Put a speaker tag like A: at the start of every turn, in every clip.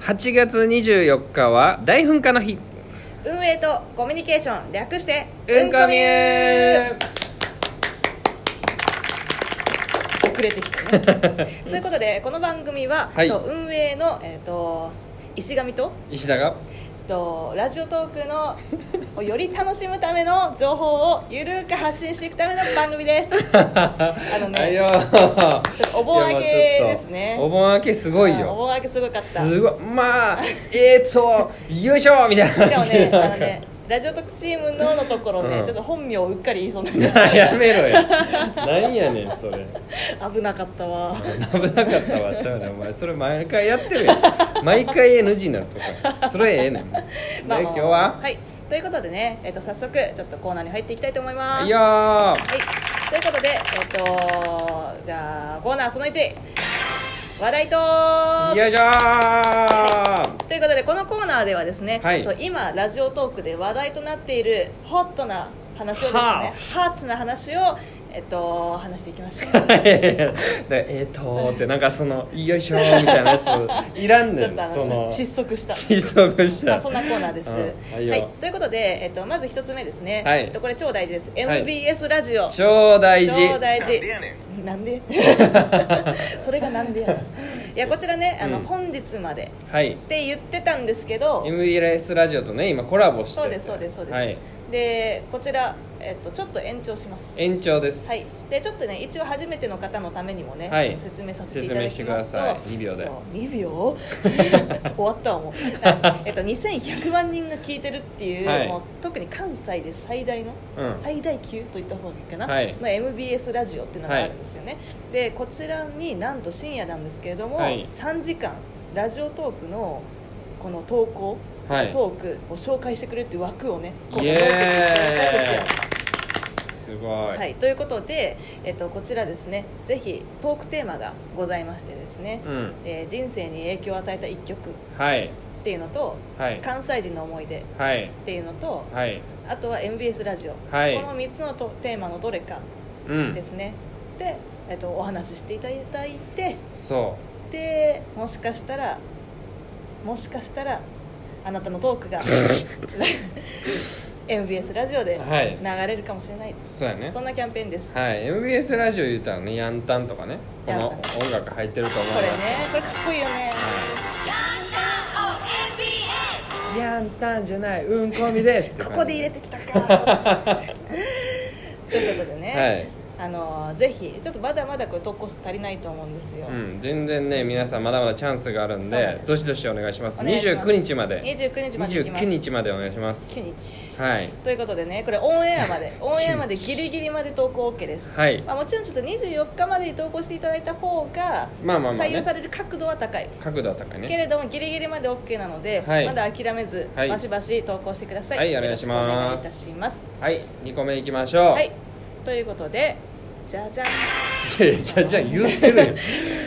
A: 8月24日は大噴火の日
B: 運営とコミュニケーション略して
A: うんこみゅー
B: 遅れてきたねということでこの番組は、
A: はい
B: と運営の、えー、と石神と
A: 石田が
B: とラジオトークのをより楽しむための情報をゆるく発信していくための番組ですあ
A: は
B: の
A: い
B: ね
A: よ
B: お盆明けです
A: いや
B: ね
A: まあちょっとお盆明けすごい
B: あお
A: よ
B: 盆明けすごかった
A: すごいまあえーっとよいしょみたいな
B: しかも
A: 感じ
B: ねあ
A: な
B: の
A: んか
B: ねラジオトークチームののところね、
A: うん
B: ちょっと本名をうっかり言いそうに なっちゃっ
A: やめろよ何やねんそれ
B: た危なかったわ
A: 危なかったわちゃうねんお前それ毎回やってるやん毎回 NG になるとかそれええねんで
B: まあ
A: 今日はい
B: ということでね、えっと早速ちょっとコーナーに入っていきたいと思います
A: いやー
B: はい、ということで、えっと、じゃあ、コーナーその1、話題トー
A: よいしょー
B: クということで、このコーナーではですね、
A: はい
B: と今、ラジオトークで話題となっているホットな話をですね、
A: は
B: ハットな話を、えっと、話していきまし ょう。
A: いやいやいやだからえーっとーってなんかそのよいしょーみたいなやついらん
B: ち
A: ね
B: ょっ
A: ん
B: とあ
A: そ
B: の
A: の
B: 窒息した
A: 窒息し
B: ま
A: た
B: あ、そんなコーナーです、
A: うんはいよ
B: はい、ということで、えっと、まず一つ目ですね、
A: はい
B: えっと、これ超大事です、
A: い
B: MBS ラジオ
A: 超大事
B: 超大
C: なん
B: 事
C: でやねん
B: な んでそれがなんでやねんいやこちらねあの、
A: うん
B: 本日まで
A: はい
B: って言ってたんですけど
A: MBS ラジオとね今コラボしてて
B: そうですそうですそうです、
A: はい、
B: でこちら、えっと、ちょっと延長します
A: 延長です
B: はい、でちょっとね一応初めての方のためにもね、
A: はい
B: 説明させていた
A: 説明
B: だきますと
A: してください2秒で
B: えっと2秒 終わったわもう、えっと、2100万人が聞いてるっていう,、
A: はい
B: もう特に関西で最大の
A: うん
B: 最大級といった方がいいかな、
A: はい
B: の MBS ラジオっていうのがあるんですよね、でこちらになんと深夜なんですけれども、
A: はい
B: 3時間ラジオトークのこの投稿、
A: はい
B: トークを紹介してくれるっていう枠をね今
A: イ
B: 回
A: エ
B: 設けていただいたんです
A: ー
B: よ
A: イすごい、
B: はい、ということで、えっと、こちらですねぜひトークテーマがございましてですね
A: う、ん
B: えー人生に影響を与えた一曲っ
A: はい
B: ていうのと
A: はい
B: 関西人の思い出っ
A: はい
B: ていうのと
A: はい
B: あとは MBS ラジオ、
A: はい
B: この3つのとテーマのどれか
A: うん
B: ですね、で、えっと、お話ししていただいて
A: そ
B: でもしかしたらもしかしたらあなたのトー クが MBS ラジオで
A: はい
B: 流れるかもしれない、
A: うそうやね
B: そんなキャンペーンです、
A: はい MBS ラジオ言うたらねヤンタンとかねこの音楽入ってると思います
B: これねこれかっこいいよね、
A: はいヤンタンじゃないうんこみですって感
B: こ
A: じ
B: こで入れてきたか ということでね、あのぜひちょっとまだまだこれ投稿数足りないと思うんですよ、
A: うん、全然ね皆さんまだまだチャンスがあるん
B: そうなん
A: で
B: です
A: どしどしお願いします
B: お願いします
A: 29日まで
B: 29日まで行きます
A: 29日までお願いします
B: 9日
A: はい
B: ということでねこれオンエアまでオンエアまでギリギリまで投稿 OK です、
A: はい
B: まあ、もちろんちょっと24日までに投稿していただいた方が
A: まあまあまあ、
B: 採用
A: ね
B: さ、れる角度は高い
A: 角度は高い
B: け
A: ね
B: れどもギリギリまで OK なので、
A: はい
B: まだ諦めず、
A: はい
B: バシバシ投稿してください、
A: はいお願いします
B: よろくお願いいたします
A: はい2個目いきましょう
B: はいということでじゃじゃん
A: いやいやじゃあじゃあ言うてるやん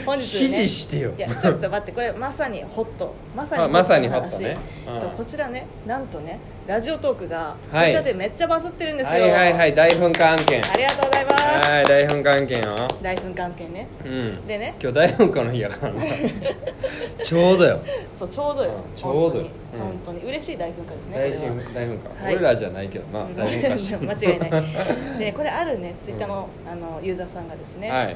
B: 本
A: 指
B: 日、ね、
A: 示してよ
B: いやちょっと待ってこれまさにホットまさに
A: あまさにホット
B: 話
A: ねうん
B: とこちらねなんとねラジオトークが
A: はい
B: ツイッターでめっちゃバズってるんです
A: は
B: よ、
A: いはいはい大噴火案件
B: ありがとうございます、
A: はい大噴火案件よ
B: 大噴関係ね
A: うん
B: でね
A: 今日大噴火の日やから なちょうどよ
B: そうちょうどよ
A: ちょうどよう
B: 本当
A: ん
B: に,、本当に嬉しい大噴火ですね
A: 大
B: これは
A: 噴大噴火、
B: はい
A: 俺らじゃないけどな
B: うん
A: 大 噴火し
B: 間違いないでこれあるねツイッターの,、あのユーザーさんがですね、
A: はい
B: あの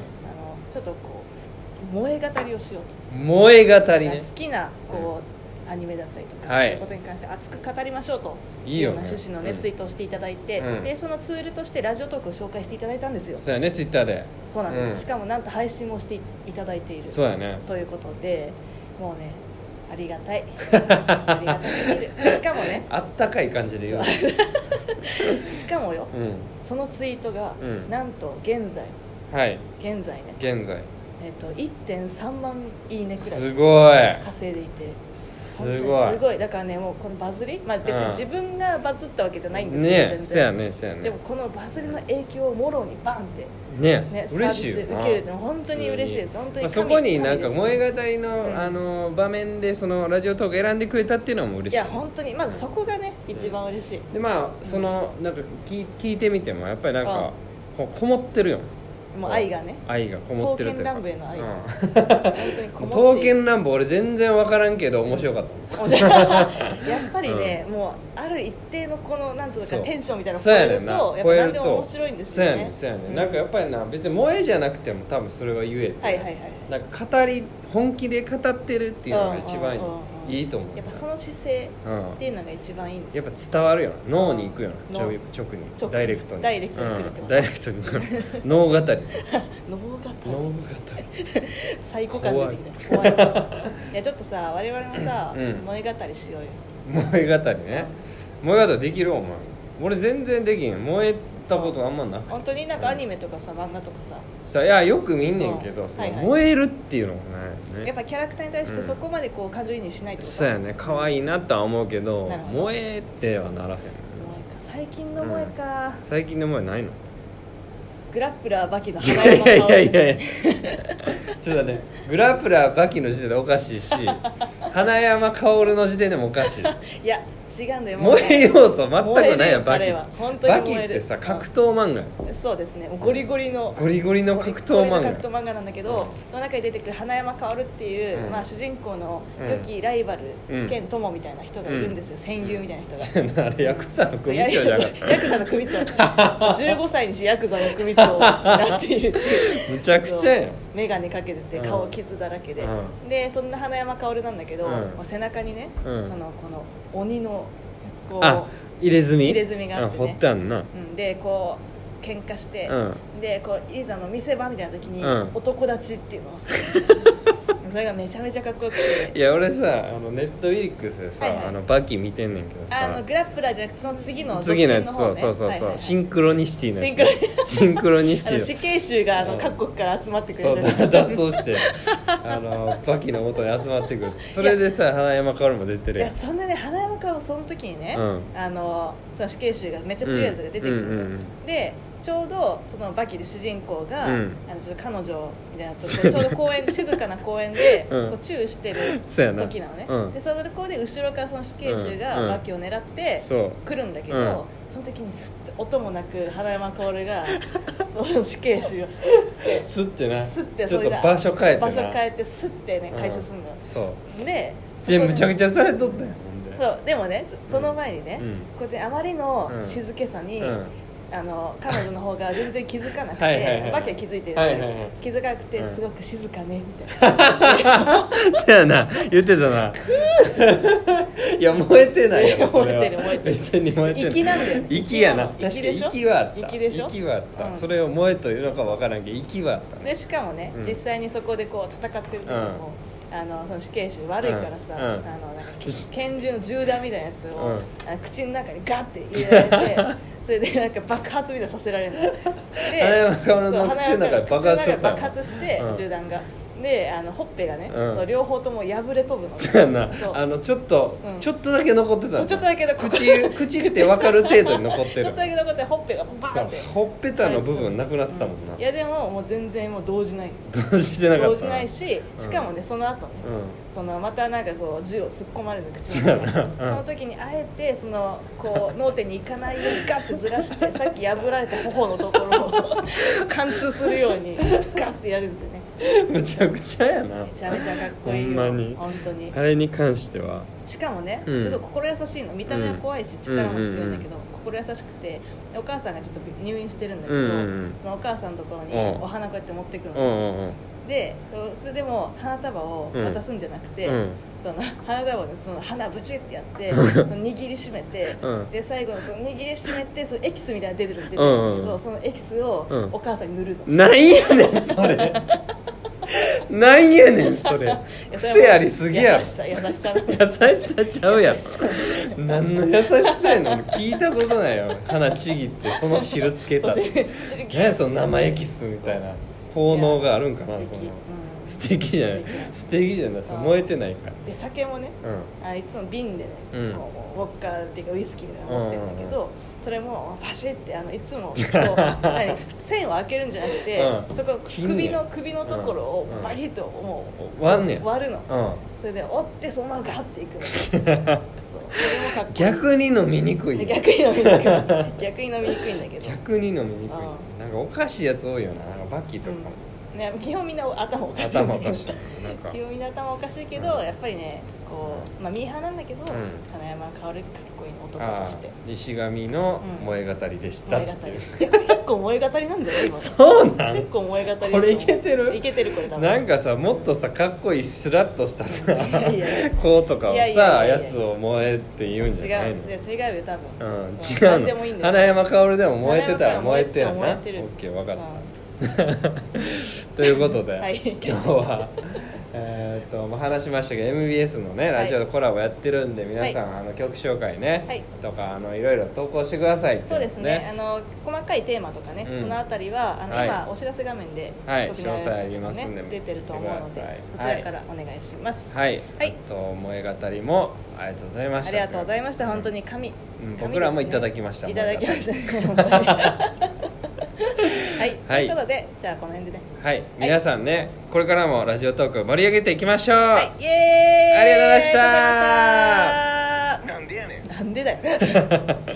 B: ちょっとこう燃え語りをしようと
A: 燃え語りね
B: 好きなこう、アニメだったりとか、
A: はい
B: そういうことに関して熱く語りましょうと
A: い
B: い
A: いうよ
B: よう
A: ね
B: な趣旨の、ね
A: うん
B: ツイートをしていただいて、
A: うん
B: でそのツールとしてラジオトークを紹介していただいたんですよ
A: そうやねツイッターで
B: そうなんです、
A: うん
B: しかもなんと配信もしていただいている
A: そうやね
B: ということでもうねありが たいありがたすぎるしかもね
A: あったかい感じで言うね
B: しかもよ
A: う
B: そのツイートが、
A: うん
B: なんと現在
A: んはい
B: 現在ね
A: 現在
B: えっと1.3万いいねくら
A: す
B: い
A: ごい
B: 稼いでいて
A: す
B: 本
A: ご
B: 当に
A: い
B: すごいだからねもうこのバズり、まあ、別
A: うん
B: に自分がバズったわけじゃないんですけど、
A: ねえ
B: 全
A: そうや
B: 然、
A: ねそうやね
B: でもこのバズりの影響をもろにバンって、
A: ね
B: ね、サービ
A: 嬉
B: ス
A: しい
B: で
A: よな
B: 受けるってのは本当に嬉しいです本当
A: まあ
B: に
A: そ
B: 神
A: こになんか
B: 神ですね
A: 萌え語りの、
B: うん
A: あの場面でそのラジオトーク選んでくれたっていうのはもう嬉し
B: い
A: い
B: や本当にまずそこがね一番嬉しい、
A: でまあそのなんか聞い聞いてみてもやっぱりなんかこうこもってるよ
B: もう愛がね
A: 愛がこもってるというか
B: 刀剣乱舞への愛
A: うん
B: 本当にこもって
A: 刀
B: いる
A: 剣乱舞俺全然分からんけど面白かった
B: 面白い やっぱりね、もうある一定のこのなんつうの
A: そ
B: か
A: う
B: テンションみたいなのを
A: そうやねんな
B: 超えるとやっぱ何でも面白いんですよ
A: そ
B: ね
A: うやねんそうやねん、
B: う
A: なんかやっぱりな別に萌えじゃなくても多分それは言えて、
B: はいはいはいはい
A: なんか語り本気で語ってるっていうのが一番
B: うんうんうんうん
A: いいと思う
B: やっぱその姿勢
A: うん
B: っていうのが一番いいんです
A: や
B: よ
A: っぱ伝わるよな脳に行くよな
B: 脳
A: 直直に
B: 直
A: ダイレクトに
B: ダイレクトに来るってこと
A: うんダイレクトに来る脳語り脳
B: 脳型
A: 語
B: 最高感出てきた怖いいやちょっとさ我々もさ、
A: うん
B: 萌え語りしようよ
A: り萌え語りね萌え語りできるお前俺全然できん燃えたことあんまなくて
B: 本当になんかアニメとかさ漫画とかさ、
A: さいやよく見んねんけど
B: うん
A: そ
B: は
A: の
B: いはい
A: 燃えるっていうのがないよ
B: やっ
A: ね
B: ぱキャラクターに対して
A: うん
B: そこまでこう感情移入しないってこと
A: そうやね可愛いなとは思うけど
B: なるほど
A: 萌えてはならへん
B: 萌えか最近の萌えか、
A: 最近の萌えない の
B: グラップラーバキの
A: い
B: 花
A: や
B: 山
A: いやいや
B: 薫
A: いやいや ちょっと待ってグラプラーバキの時点でおかしい し花山薫の時点でもおかしい
B: いや違うんだよもう
A: 萌え要素全くないやんバキ
B: 燃えるあれは本当に
A: バ
B: 燃
A: キ
B: える
A: ってさ格闘漫画や
B: そうですねもうゴリゴリの
A: ゴリゴリの格闘漫
B: ゴリゴ
A: 画
B: リの格闘漫画なんだけど、その中に出てくる花山薫っていう、
A: うん
B: まあ、主人公の
A: うん
B: 良きライバル、
A: うん
B: 兼友みたいな人がいるんですよ、戦友みたいな人 が。
A: あれヤクザの組長じゃなかっ
B: ヤクザの組長15歳にしてヤクザの組長をやっているっていう
A: たむちゃくちゃやん
B: 眼鏡かけてて
A: うん
B: 顔傷だらけで、
A: う
B: でそんな花山薫なんだけど、
A: うん
B: もう背中にね、
A: うん
B: そのこの鬼のこう
A: あ入れ墨
B: 入れ墨があってね
A: うん掘ってあんな
B: うん、でこう喧嘩して、
A: うん
B: でこういざの見せ場みたいな時に、
A: うん
B: 男立ちっていうのをする それがめちゃめちゃかっこよく
A: い
B: て
A: や俺さあのネットウィリックスでさ、
B: はいはい
A: あのバキ見てんねんけど
B: あ
A: さ
B: のグラップラーじゃなくてその次の
A: 次のやつ、
B: 続
A: そ
B: 編
A: うそうそう
B: はい
A: そう、
B: はいはい
A: シンクロニシティのやつ、
B: シン
A: シンクロニシ
B: あ
A: テ
B: の
A: ィ
B: 死刑囚があ
A: う
B: の
A: ん
B: 各国から集まってくる
A: そ
B: や
A: う
B: つ
A: だ脱走してあのバキの元に集まってくるそれでさ花山薫も出て
B: い
A: るや
B: や
A: ん
B: そんなね花山君もその時にね、
A: うん
B: あのその死刑囚がめっちゃ強いやつが出てくる、
A: うんうんうん
B: でちょうどそのバキで主人公が、
A: うん
B: あのちょっと彼女みたいなとこちょうど公園静かな公園で、
A: うん
B: こうチューしてる
A: そうやな
B: 時なのね、
A: うん
B: でそのとこで後ろからその死刑囚
A: うんうん
B: がバキを狙って
A: そう
B: 来るんだけど、
A: うん
B: その時にスッて音もなく花山薫 がその死刑囚をスッて
A: すってな
B: スッて
A: ちょ
B: そ
A: っ
B: れ
A: と
B: が
A: 場所変えてな
B: 場所変えてスッてね回収するのよ、
A: そう
B: で
A: で
B: そこ
A: むちゃくちゃされとったやんほんで
B: そうでもねちょその前にね、
A: うん
B: こうやってあまりの
A: うん
B: 静けさに、
A: うん
B: あの彼女の方が全然気づかなくて
A: はいはいはい
B: バキは気づいてるんで、
A: はいはいはい
B: 気づかなくて、
A: うん
B: すごく静かねみたいな
A: そうやな言ってたな いや燃えてないやろそれは
B: 燃えてる燃えてる
A: 別に燃えてない
B: 粋なんだよね
A: 息やな
B: 粋
A: 確
B: なの
A: かに
B: 粋でしょ
A: 息はあった
B: 粋でしょ
A: 息はあった、
B: うん
A: それを燃えというのかわからんけど息はあったね
B: でしかもね、
A: うん
B: 実際にそこでこう戦ってる時も、あのその死刑囚悪いから
A: う
B: さ、
A: ん
B: あのなんか拳銃の銃弾みたいなやつを、
A: う
B: あの口の中にガッて入れられて それでなんか爆発みたいなのさせられるので
A: 花山薫の
B: そう
A: 口の中で爆発しとったんや
B: 口の中で爆発して、
A: うん
B: 銃弾がであのほっぺがね、
A: うん
B: そう両方とも破れ飛ぶの
A: そうやな
B: そう
A: あのちょっと、
B: うん
A: ちょっとだけ残ってた
B: そ
A: な
B: うちょっとだけ残っ
A: 口口って分かる程度に残って
B: ち
A: る
B: ょっとだけ残ってほっぺがバーンって
A: そうほっぺたの部分なくなってたもんな、
B: いやでももう全然もう動じない
A: どうしてなかった
B: 動じないししかもね、その後ね
A: う
B: そのまたなんかこう銃を突っ込まれるの口の中に、その時にあえてそのこう脳天に行かないようにガッてずらしてさっき破られた頬のところを 貫通するようにガッてやるんですよね
A: ん むちゃくちゃやな
B: めちゃめちゃかっこいいよ
A: ほんまに
B: 本当に
A: あれに関しては
B: しかもね、
A: うん
B: すごい心優しいの見た目は怖いし、力も強いんだけど、
A: う
B: 心優しくてお母さんがちょっと入院してるんだけど、
A: うんうんうん
B: そのお母さんのところに
A: うん
B: お花こうやって持ってく
A: うん
B: の、
A: うんうん
B: で普通でも花束を渡すんじゃなくて、
A: うん
B: その花束をねその花ブチってやってその握りしめて、
A: うん
B: で最後のその握りしめてそのエキスみたいなの出てるの出てるんだけ
A: うん
B: ど、
A: うん
B: そのエキスを
A: うん
B: お母さんに塗るの、
A: ないやねんそれなんやねんそれ
B: いやそれは
A: 癖ありすぎやろ
B: 優しさ優しさなんだ
A: 優しさちゃうや ろ何の優しさやねん聞いたことないよ鼻ちぎってその汁つけた
B: そ
A: 何
B: う知る気
A: やその生エキスみたいな効能があるんかな
B: 素
A: そ
B: 敵
A: の
B: うん
A: 素敵じゃない素敵じゃないそれ燃えてないか
B: で酒もね
A: らうん
B: あいつも瓶でね、
A: うん
B: こうウォッカっていうかウイスキーみたいなの持ってるんだけど、それもパシッてあのいつもこう 何線を開けるんじゃなくて、
A: うん
B: そこ
A: 切んね
B: 首
A: ん
B: の首のところを
A: うん
B: バキッとも
A: 割んね
B: うん割るの、
A: うん
B: それで折ってそのままガッていく のそうそれもかっこいい
A: 逆に飲みにくい
B: で逆に飲みにくい逆に飲みにくいんだけど
A: 逆に飲みにくい
B: あ
A: なんかおかしいやつ多いよななんかバキとかも、
B: うんね、基本みんな頭おかしい
A: 頭おかしいなんか
B: 基本みんな頭おかしいけど、やっぱりねこう、まあ、ミーハーなんだけど、金山薫かっこいい男と
A: あ
B: して
A: ー西上の燃え語り でした
B: 燃
A: っ
B: え
A: て
B: 語
A: いう、
B: りいや結構燃え語りなんじゃない今
A: そうなん
B: 結構燃え語りだと思う
A: これいけてる
B: いけてるこれ多分
A: なんかさもっとさかっこいいスラッとしたさ
B: いやいや
A: 子とかを
B: いやいや
A: さ
B: いやいや
A: やつを燃えって言うんじ
B: 違う
A: ゃないの
B: いや違うよ多分、
A: うん、
B: 何でもい
A: 違
B: い
A: うんの
B: だよ
A: 花山薫でも燃えてたら
B: 花
A: 燃え
B: 山
A: て
B: 薫
A: やな
B: 燃え
A: オ
B: てる
A: ッケー分かっ
B: うん
A: たということで、
B: はい
A: 今日はえーっとまあ話しましたけど MBS のねラジオでコラボやってるんで、皆さん、あの曲紹介ね、
B: はい
A: とかあのいろいろ投稿してくださいってい
B: そうですねあの細かいテーマとかね、
A: うん
B: そのあたりはあの、
A: はい
B: 今お知らせ画面で、
A: はい
B: 時の
A: 詳細ありますんで
B: ね出てると思うの
A: 見て
B: で、
A: く
B: そ
A: だ
B: ち
A: さい
B: らからお願いします、
A: はい、
B: はい
A: あと燃え語りもありがとうございまし
B: あ
A: た
B: りがとうございました本当
A: に
B: に神、
A: うん
B: 神ですね
A: 僕らもいただきました
B: いただきましたね 本当にはい、
A: はい
B: ということでじゃあこの辺でね
A: はい皆さんね、これからもラジオトーク盛り上げていきましょう、
B: はいイエーイ
A: ありがとうございました
B: ありがとうございましたなんでだよ